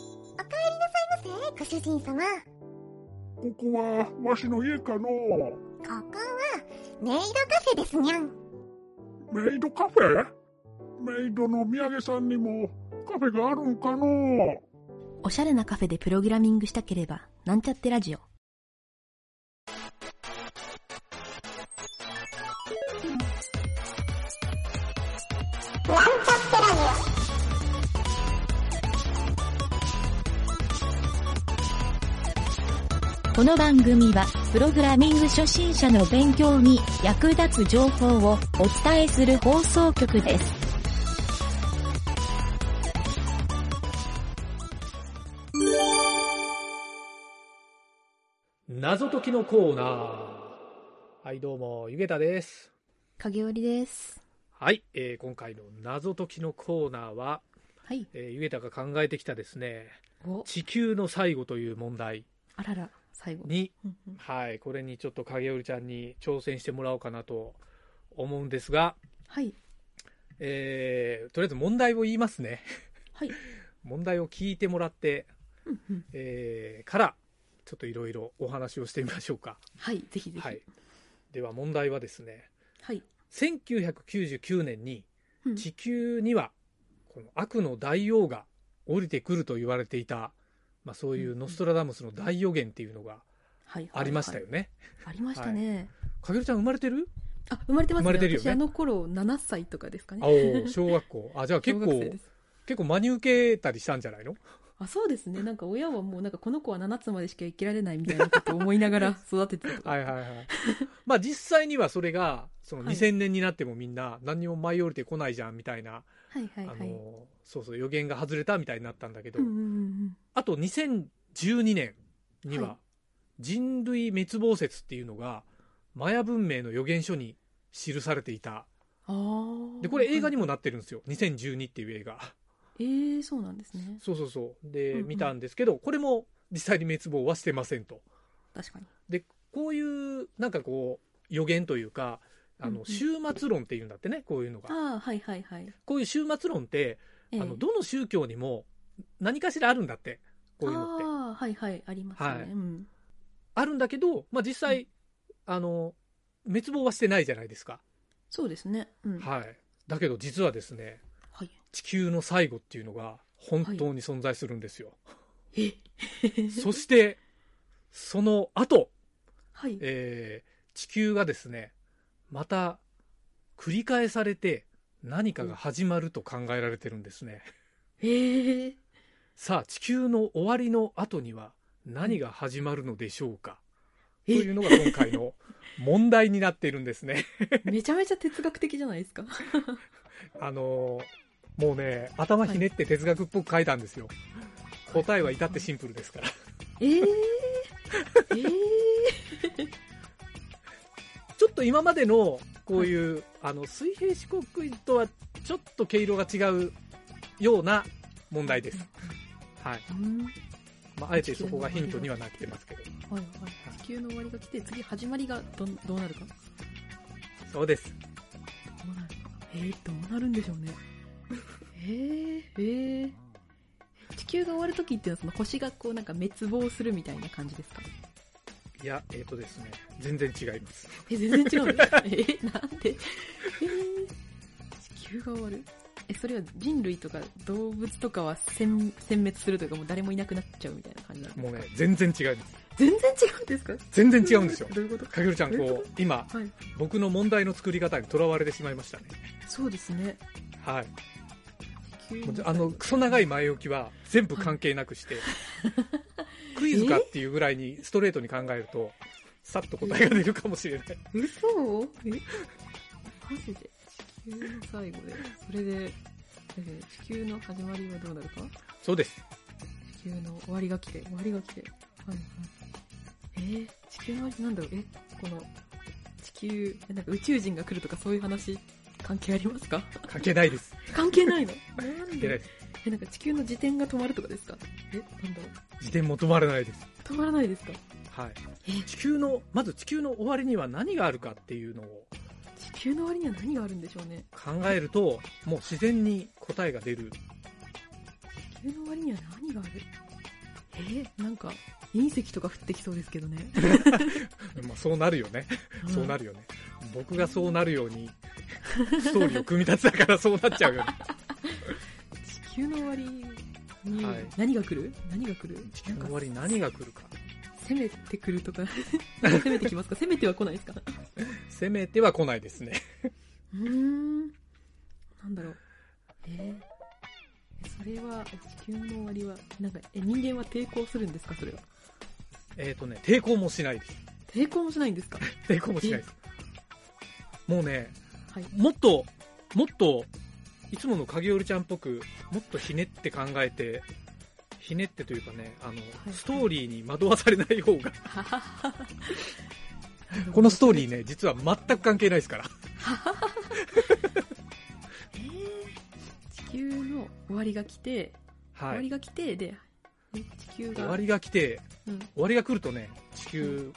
帰りなさいませ、ご主人様。ここはわしの家かこのこは、メイドカフェですにゃん。メイドカフェメイドの土産さんにもカフェがあるんかのおしゃれなカフェでプログラミングしたければ、なんちゃってラジオ。ランチャってラジオ。この番組は、プログラミング初心者の勉強に役立つ情報をお伝えする放送局です。謎解きのコーナー。はい、どうも、ゆげたです。影織です。はい、えー今回の謎解きのコーナーは、はい。えーゆげたが考えてきたですね、お、地球の最後という問題あらら、最後。に、うんうんはい、これにちょっと影織ちゃんに挑戦してもらおうかなと思うんですが、はい。えーとりあえず問題を言いますね。はい。 問題を聞いてもらって、うんうんえーから、ちょっといろいろお話をしてみましょうか。はい、ぜひぜひ。はい。では問題はですね、はい。 1999年にうん地球にはこの悪の大王が降りてくると言われていた、まあ、そういうノストラダムスの大予言っていうのがはい。ありましたよね。はい。ありましたね。かげるちゃん生まれてるあ、生まれてますね。生まれてるよね私あの頃、7歳とかですかね。あお小学校。あ、じゃあ結小学生構で、す。結構真に受けたりしたんじゃないのあ、そうですね。なんか親はもう、なんかこの子は7つまでしか生きられないみたいなことを思いながら 育ててたとか。はいは いはい。まあ実際にはそれが、そのはい2000年になってもみんな何にも舞い降りてこないじゃんみたいな、はいはいあはい。の、そうそう予言が外れたみたいになったんだけど、うんうんうんあと2012年にはは人類滅亡説っていうのがマヤ文明の予言書に記されていたうん。ああ。でこれ映画にも。もなってるんですよ2012っていう映画えー、そうなんですね。そうそうそううんでうん見たんですけどこれも実際に滅亡はしてませんと確かに。でこういうなんかこう予言というかあうんうのん終末論っていうんだってねこういうのがああ、はいはいはい。こういう終末論ってええあのどの宗教にも何かしらあるんだってこういうのってああ、はいはい、ありますよね。はいうん。あるんだけど、まあ、実際、うあの滅亡はしてないじゃないですか、そうですね。うん。ははい、だけど実はですねい。地球の最後っていうのが本当に存在するんですよ、え そしてその後、はい。えー地球がですねまた繰り返されて何かが始まると考えられてるんですね、ええ。さあ地球の終わりの後には何が始まるのでしょうか、えというのが今回の問題になっているんですねめちゃめちゃ哲学的じゃないですか。あのーもうね、頭ひねって哲学っぽく書いたんですよ。答えは至ってシンプルですから。 ええ。ええ。ちょっと今までの、こういう、あの、水平思考クイズとは、ちょっと毛色が違うような問題です。はい。うん。はまあ、あえてそこがヒントにはなってますけど。いはい。地球の終わりが来て、次始まりがどんどうなるか。どそうです。うなるえー、どうなるんでしょうね。ええ、ええ。地球が終わるときっていうのは、その星がこうなんか滅亡するみたいな感じですかいや、えっ、とですね、全然違います。 え、全然違うんですかえ、なんでえー地球が終わるえ、それは人類とか動物とかは殲殲滅するというかもう誰もいなくなっちゃうみたいな感じなのもうね、全然違います。全然違うんですか全然違うんですよ。どういうこかげるちゃん、どういうここう、今、とはい。僕の問題の作り方にとらわれてしまいましたね。そうですね。はい。地球もうのあのクソ長い前置きは全部関係なく して、クイズかっていうぐらいにストレートに考えると、さっと答えが出るかもしれない。嘘えマジで地球の最後で。それで、えー地球の始まりはどうなるかそうです。地球の終わりが来て、終わりが来て。はいはい。えー、地球の終わりなんだろうえ、この、地球、えなんか宇宙人が来るとかそういう話、関係ありますか関係ないです。関係ないのなん関係ないでです。え、なんか地球の自転が止まるとかですかえ、なんだろう自転も止まらないです。止まらないですかはい。地球の、まず地球の終わりには何があるかっていうのを地球の終わりには何があるんでしょうね考えると、 もう自然に答えが出る。地球の終わりには何があるえーなんか、隕石とか降ってきそうですけどね。まあ、そうなるよね。 そうなるよね。僕がそうなるように、ストーリーを組み立てたからそうなっちゃう よね。地球の終わりにはい何が来る、何が来る地な球んのか終わりに何が来るか。攻めてくる とか攻めてきますか攻めては来ないですかせめては来ないですね。うーんなんだろうえーそれは地球の終わりはなんかえ人間は抵抗するんですかそれはえっとね、抵抗もしないです。抵抗もしないんですか抵抗もしないです。もうね、はい もっと、もっと、いつもの影織ちゃんっぽく、もっとひねって考えて、ひねってというかね、あの、いストーリーに惑わされない方が、ここのストーリーね、実は全く関係ないですから。えー地球の終わりが来て、終はわりい。が来てでえ地球が終わりが来て、うん、終わりが来るとね、地球、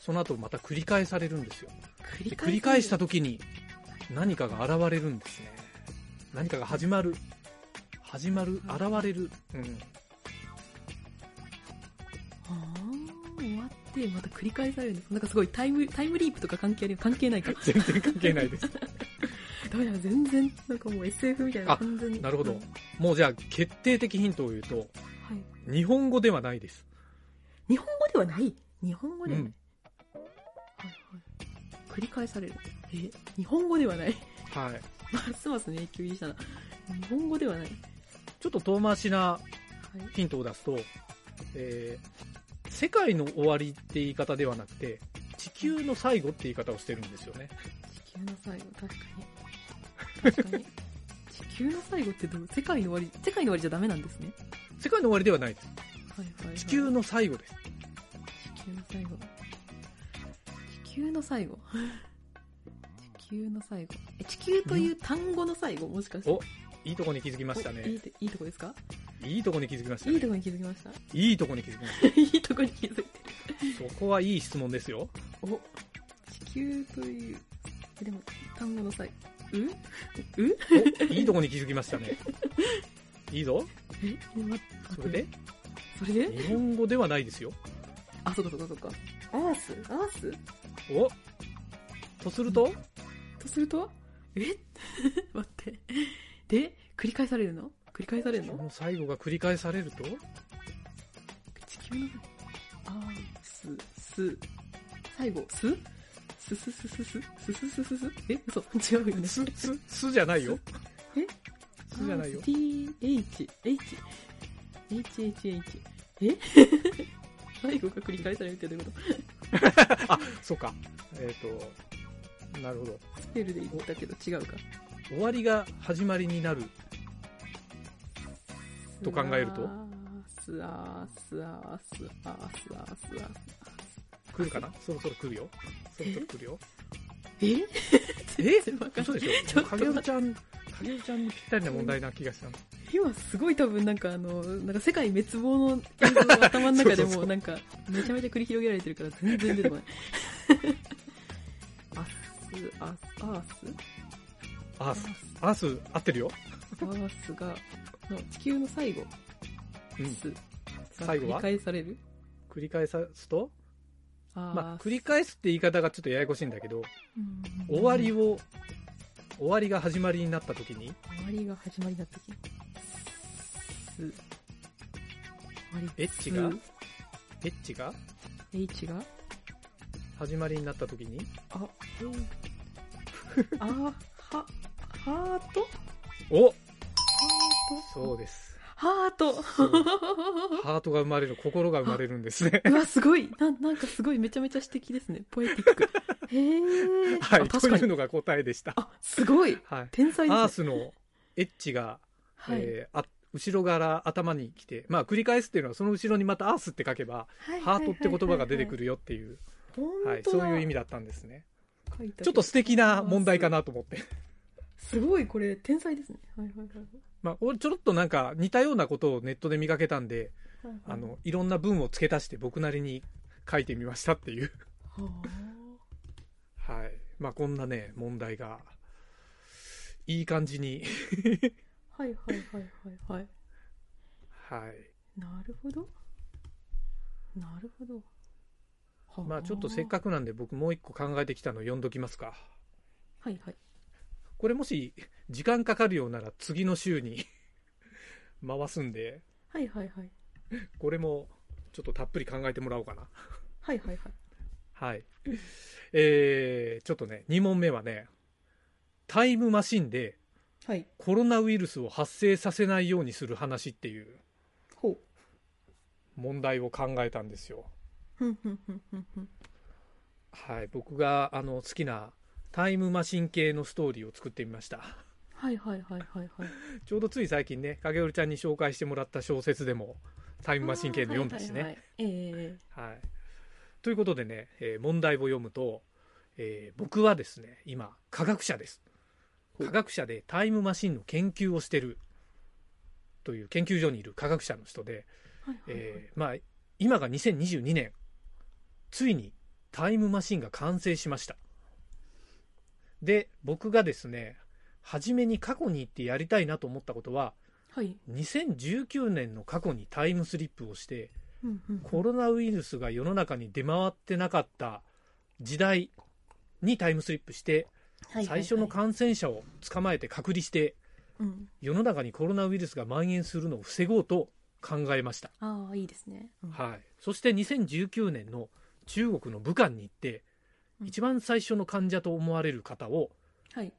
その後また繰り返されるんですよ。繰でり繰り返したと時に、何かが現れるんですね。何かが始まる。始まる、現れる。うん。終わってまた繰り返されるんですなんかすごいタイムタイムリープとか関係ある関係ないか全然関係ないです。ダメだ、全然、なんかもう SF みたいな、あ完全に。 なるほはどい。もうじゃあ、決定的ヒントを言うと、はい。日本語ではないです。日本語ではない日本語でうはない。ん。はいはい。繰り返される。え、日本語ではない。はい。ますますね、急にしたな。日本語ではない。は。ちょっと遠回しないヒントを出すと、えー、世界の終わりって言い方ではなくて、地球の最後って言い方をしてるんですよね。地球の最後、確かに。確かに。地球の最後ってどう世界の終わり、世界の終わりじゃダメなんですね。世界の終わりではないです。はいはい、はい。地球の最後です。地球の最後。地球の最後。地球の最後。え、地球という単語の最後、もしかして。おいいとこに気づきましたおいいね。といいとこですかいいとこに気づきましたいいとね。こに気づきました。 いいとこに気づきましいいとこに気づいてる。た。そこはいい質問ですよ。お、地球という、えでも、単語の際、ううおいいとこに気づきましたね。いいぞ。え、待って。それ でそれで日本語ではないですよ。あ、そっかそっかそっか。アースアースおとすると、とするとえ 待って。で、繰り返されるの繰り返されるこのの最後が繰り返されると地球のアース、す、最後、すすすすすすすすすすすえ、嘘違うよね。す、す、すじゃないよ。えすじゃないよ。 T, H, H, H, H, H. え最後が繰り返されるってどういうことあ、そうか。えっ、と、なるほど。スペルで言ったけど違うか。終わりが始まりになる。と考えるとスアースアースアースアースアースアー来るかなそろそろ来るよ。そろそろ来るよ。ス。ええ全然わかん嘘ない。でしちょょっと影尾ちゃん、影尾ちゃんにぴったりな問題な気がしたの。今すごい多分なんかあの、なんか世界滅 亡の映像が頭の中でそうそうそもううなんかめちゃめちゃ繰り広げられてるから全然出 てこない。アス、アス、アースアース。アース、合ってるよ。アースが、の地球の最後、うん。ス、最後は繰り返される繰り返すと、あーまあ、繰り返すって言い方がちょっとややこしいんだけど、うん終わりを、終わりが始まりになった時に、終わりが始まりだった時ス終わりエッチが、エッチが H が始まりになった時に、あえいあはハートおそハうです。ートハそうートハートが生まれる、心が生まれるんで すね。うわすごいななんかすごいめちゃめちゃ詩的ですねポエティックへえ、はい、あと確いかうにのが答えでした。あすごいはい。天才ですねアースのエッジが、はい、えーあ後ろから頭に来て、まあ繰り返すっていうのはその後ろにまたアースって書けば、ハートって言葉が出てくる。るよっていう、は本い、当そうだいう意味だったんですね。書いてあるちょっと素敵な問題かなと思って。すごいこれ天才ですね。はいはいはいまあ、俺ちょろっとなんか似たようなことをネットで見かけたんで、はい。あの、いろんな文を付け足して僕なりに書いてみましたっていう。ははい。まあ、こんなね、問題が、いい感じに、あ、はいはいはいはいはい。はい。なるほど。なるほど。はまあちょっとせっかくなんで僕もう一個考えてきたの読んどきますか。はいはい。これもし時間かかるようなら次の週に 回すんで、はいはいはい。これもちょっとたっぷり考えてもらおうかな。はいはいはい。はい。えー、ちょっとね、2問目はね、タイムマシンではい。コロナウイルスを発生させないようにする話っていうほう。問題を考えたんですよ。ふんふんふんふんふん。はい、僕があの好きなタイムマシン系のストーリーを作ってみました。 はいはいはいはいはい。ちょうどつい最近ね、影織ちゃんに紹介してもらった小説でもタイムマシン系の読んだしね。はいはいはいえはい。ということでね、えー問題を読むと、えー僕はですね、今、科学者です。ほう科学者でタイムマシンの研究をしてるという研究所にいる科学者の人で、えはいはいはい。えーまあ、今が2022年、ついにタイムマシンが完成しました。で、僕がですね、初めに過去に行ってやりたいなと思ったことは、はい。 2019年の過去にタイムスリップをして、うんうんコロナウイルスが世の中に出回ってなかった時代にタイムスリップして、はいはいは最い初の感染者を捕まえて隔離して、うん。世の中にコロナウイルスが蔓延するのを防ごうと考えました。ああ、いいですね。うんはい。そして2019年の中国の武漢に行って、うん一番最初の患者と思われる方を、はい。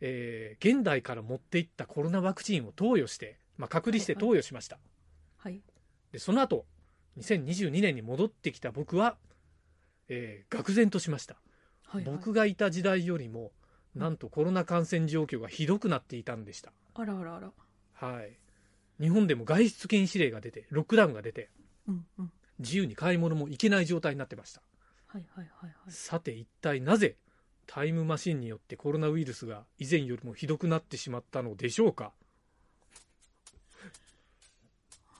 えー現代から持っていったコロナワクチンを投与して、まあ、隔離して投与しました。はい。で、その後、2022年に戻ってきた僕は、えー、愕然としました。はい。僕がいた時代よりも、うんなんとコロナ感染状況がひどくなっていたんでした。あらあらあら。はい。日本でも外出禁止令が出て、ロックダウンが出て、うんうん。自由に買い物も行けない状態になってました。はいはいはいはい。さて一体なぜ、タイムマシンによってコロナウイルスが以前よりもひどくなってしまったのでしょうか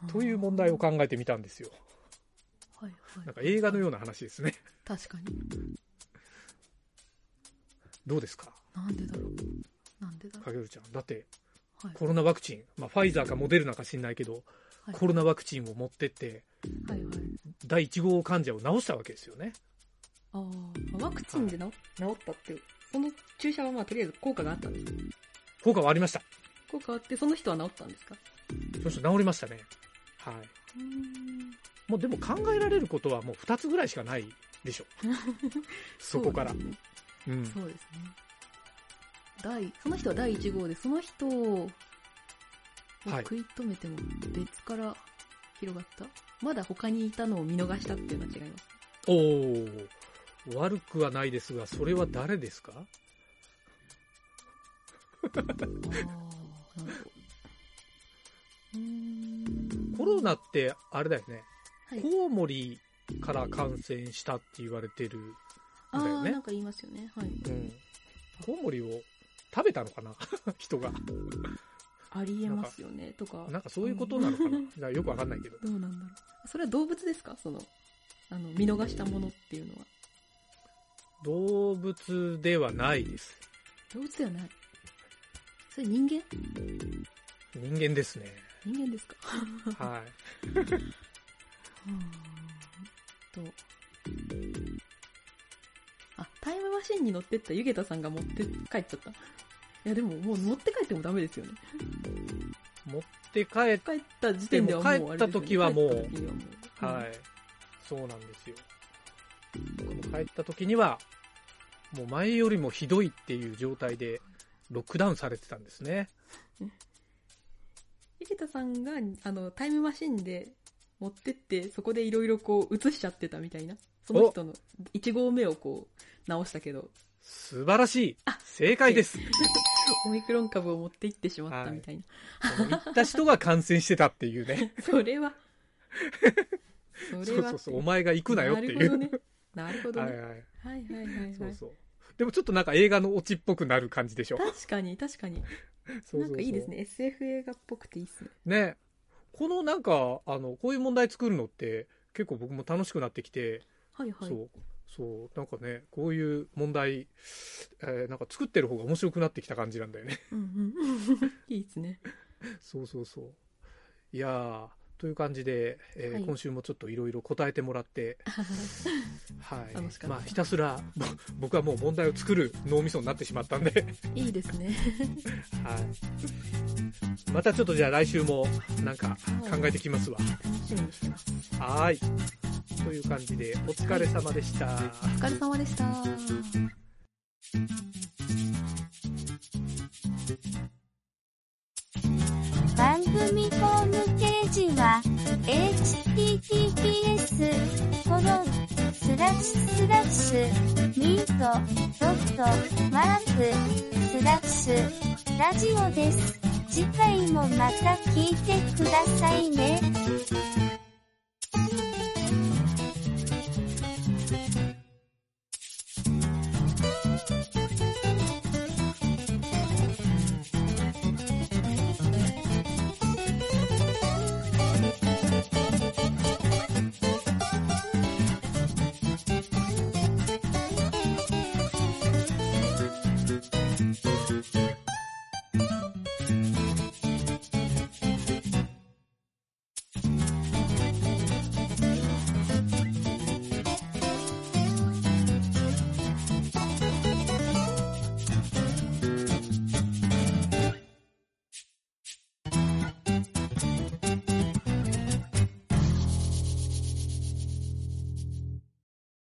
という問題を考えてみたんですよ。はいはい。なんか映画のような話ですね。確かに。どうですかなんでだろう。なんでだろかげるちゃん。だって、う。はい。コロナワクチン、まあ、ファイザーかモデルナか知んないけど、はいコロナワクチンを持ってって、はいはい。第1号患者を治したわけですよね。ああ、ワクチンで治治ったって、その注射はまあとりあえず効果があったんですか効果はありました。効果あって、その人は治ったんですかそして治りましたね。はい。うん。もうでも考えられることはもう2つぐらいしかない でしょ。そこから。そううですね。ん。そうですね第、その人は第1号で、その人をはい食い止めても別から広がった。まだ他にいたのを見逃したっていうのは違います。おー。悪くはないですが、それは誰ですかああ、なるほど。うーん。コロナって、あれだよね。はい。コウモリから感染したって言われてる。あだよあ、ねなんか言いますよね。はい。うん。コウモリを食べたのかな 人が。ありえますよね、とか。なんかそういうことなのかなじゃあよくわかんないけど。どうなんだろう。それは動物ですかその、あの、見逃したものっていうのは。動物ではないです。動物ではない。それ人間人間で すね。人間ですかはうーんと。あ、タイムマシンに乗ってったゆげたさんが持って帰っちゃった。いやでももう持って帰ってもダメですよね。い。持って帰っ帰った時点ではもうあれですよね、でも帰った時はもう帰った時はもうた。はい。そうなんですよ。僕も帰った時には、もう前よりもひどいっていう状態で、ロックダウンされてたんですね。ゆげたさんが、あの、タイムマシンで持ってって、そこでいろいろこう映しちゃってたみたいな。その人の1号目をこう直したけど、素晴らしい正解ですこオミクロン株を持って行ってしまったみたいな。の行った人が感染してたっていうね。それ は。 そそれうは。そうそう、お前が行くなよっていう。なるほどね。なるほどはいね。はい。はいはいはいはい。そうそう。でもちょっとなんか映画のオチっぽくなる感じでしょ。確かに確かに。そうそうそうなんかいいですね。SF 映画っぽくていいですね。ねこのなんかあのこういう問題作るのって結構僕も楽しくなってきて、はいはい。そうそうなんかねこういう問題、えーなんか作ってる方が面白くなってきた感じなんだよね うんうん。いいですね。そうそうそういやーという感じで、えーはい今週もちょっといろいろ答えても らって、はい楽しかったまあ、ひたすらぼ僕はもう問題を作る脳みそになってしまったんで、いいですね。はい、またちょっとじゃあ来週もなんか考えてきますわ。楽しみにしてます。はいという感じでお疲れ様でした。お疲れ様でした。番組ホームページは https コロンスラッシュスラッシュミートドットマークスラッシュラジオです。次回もまた聞いてくださいね。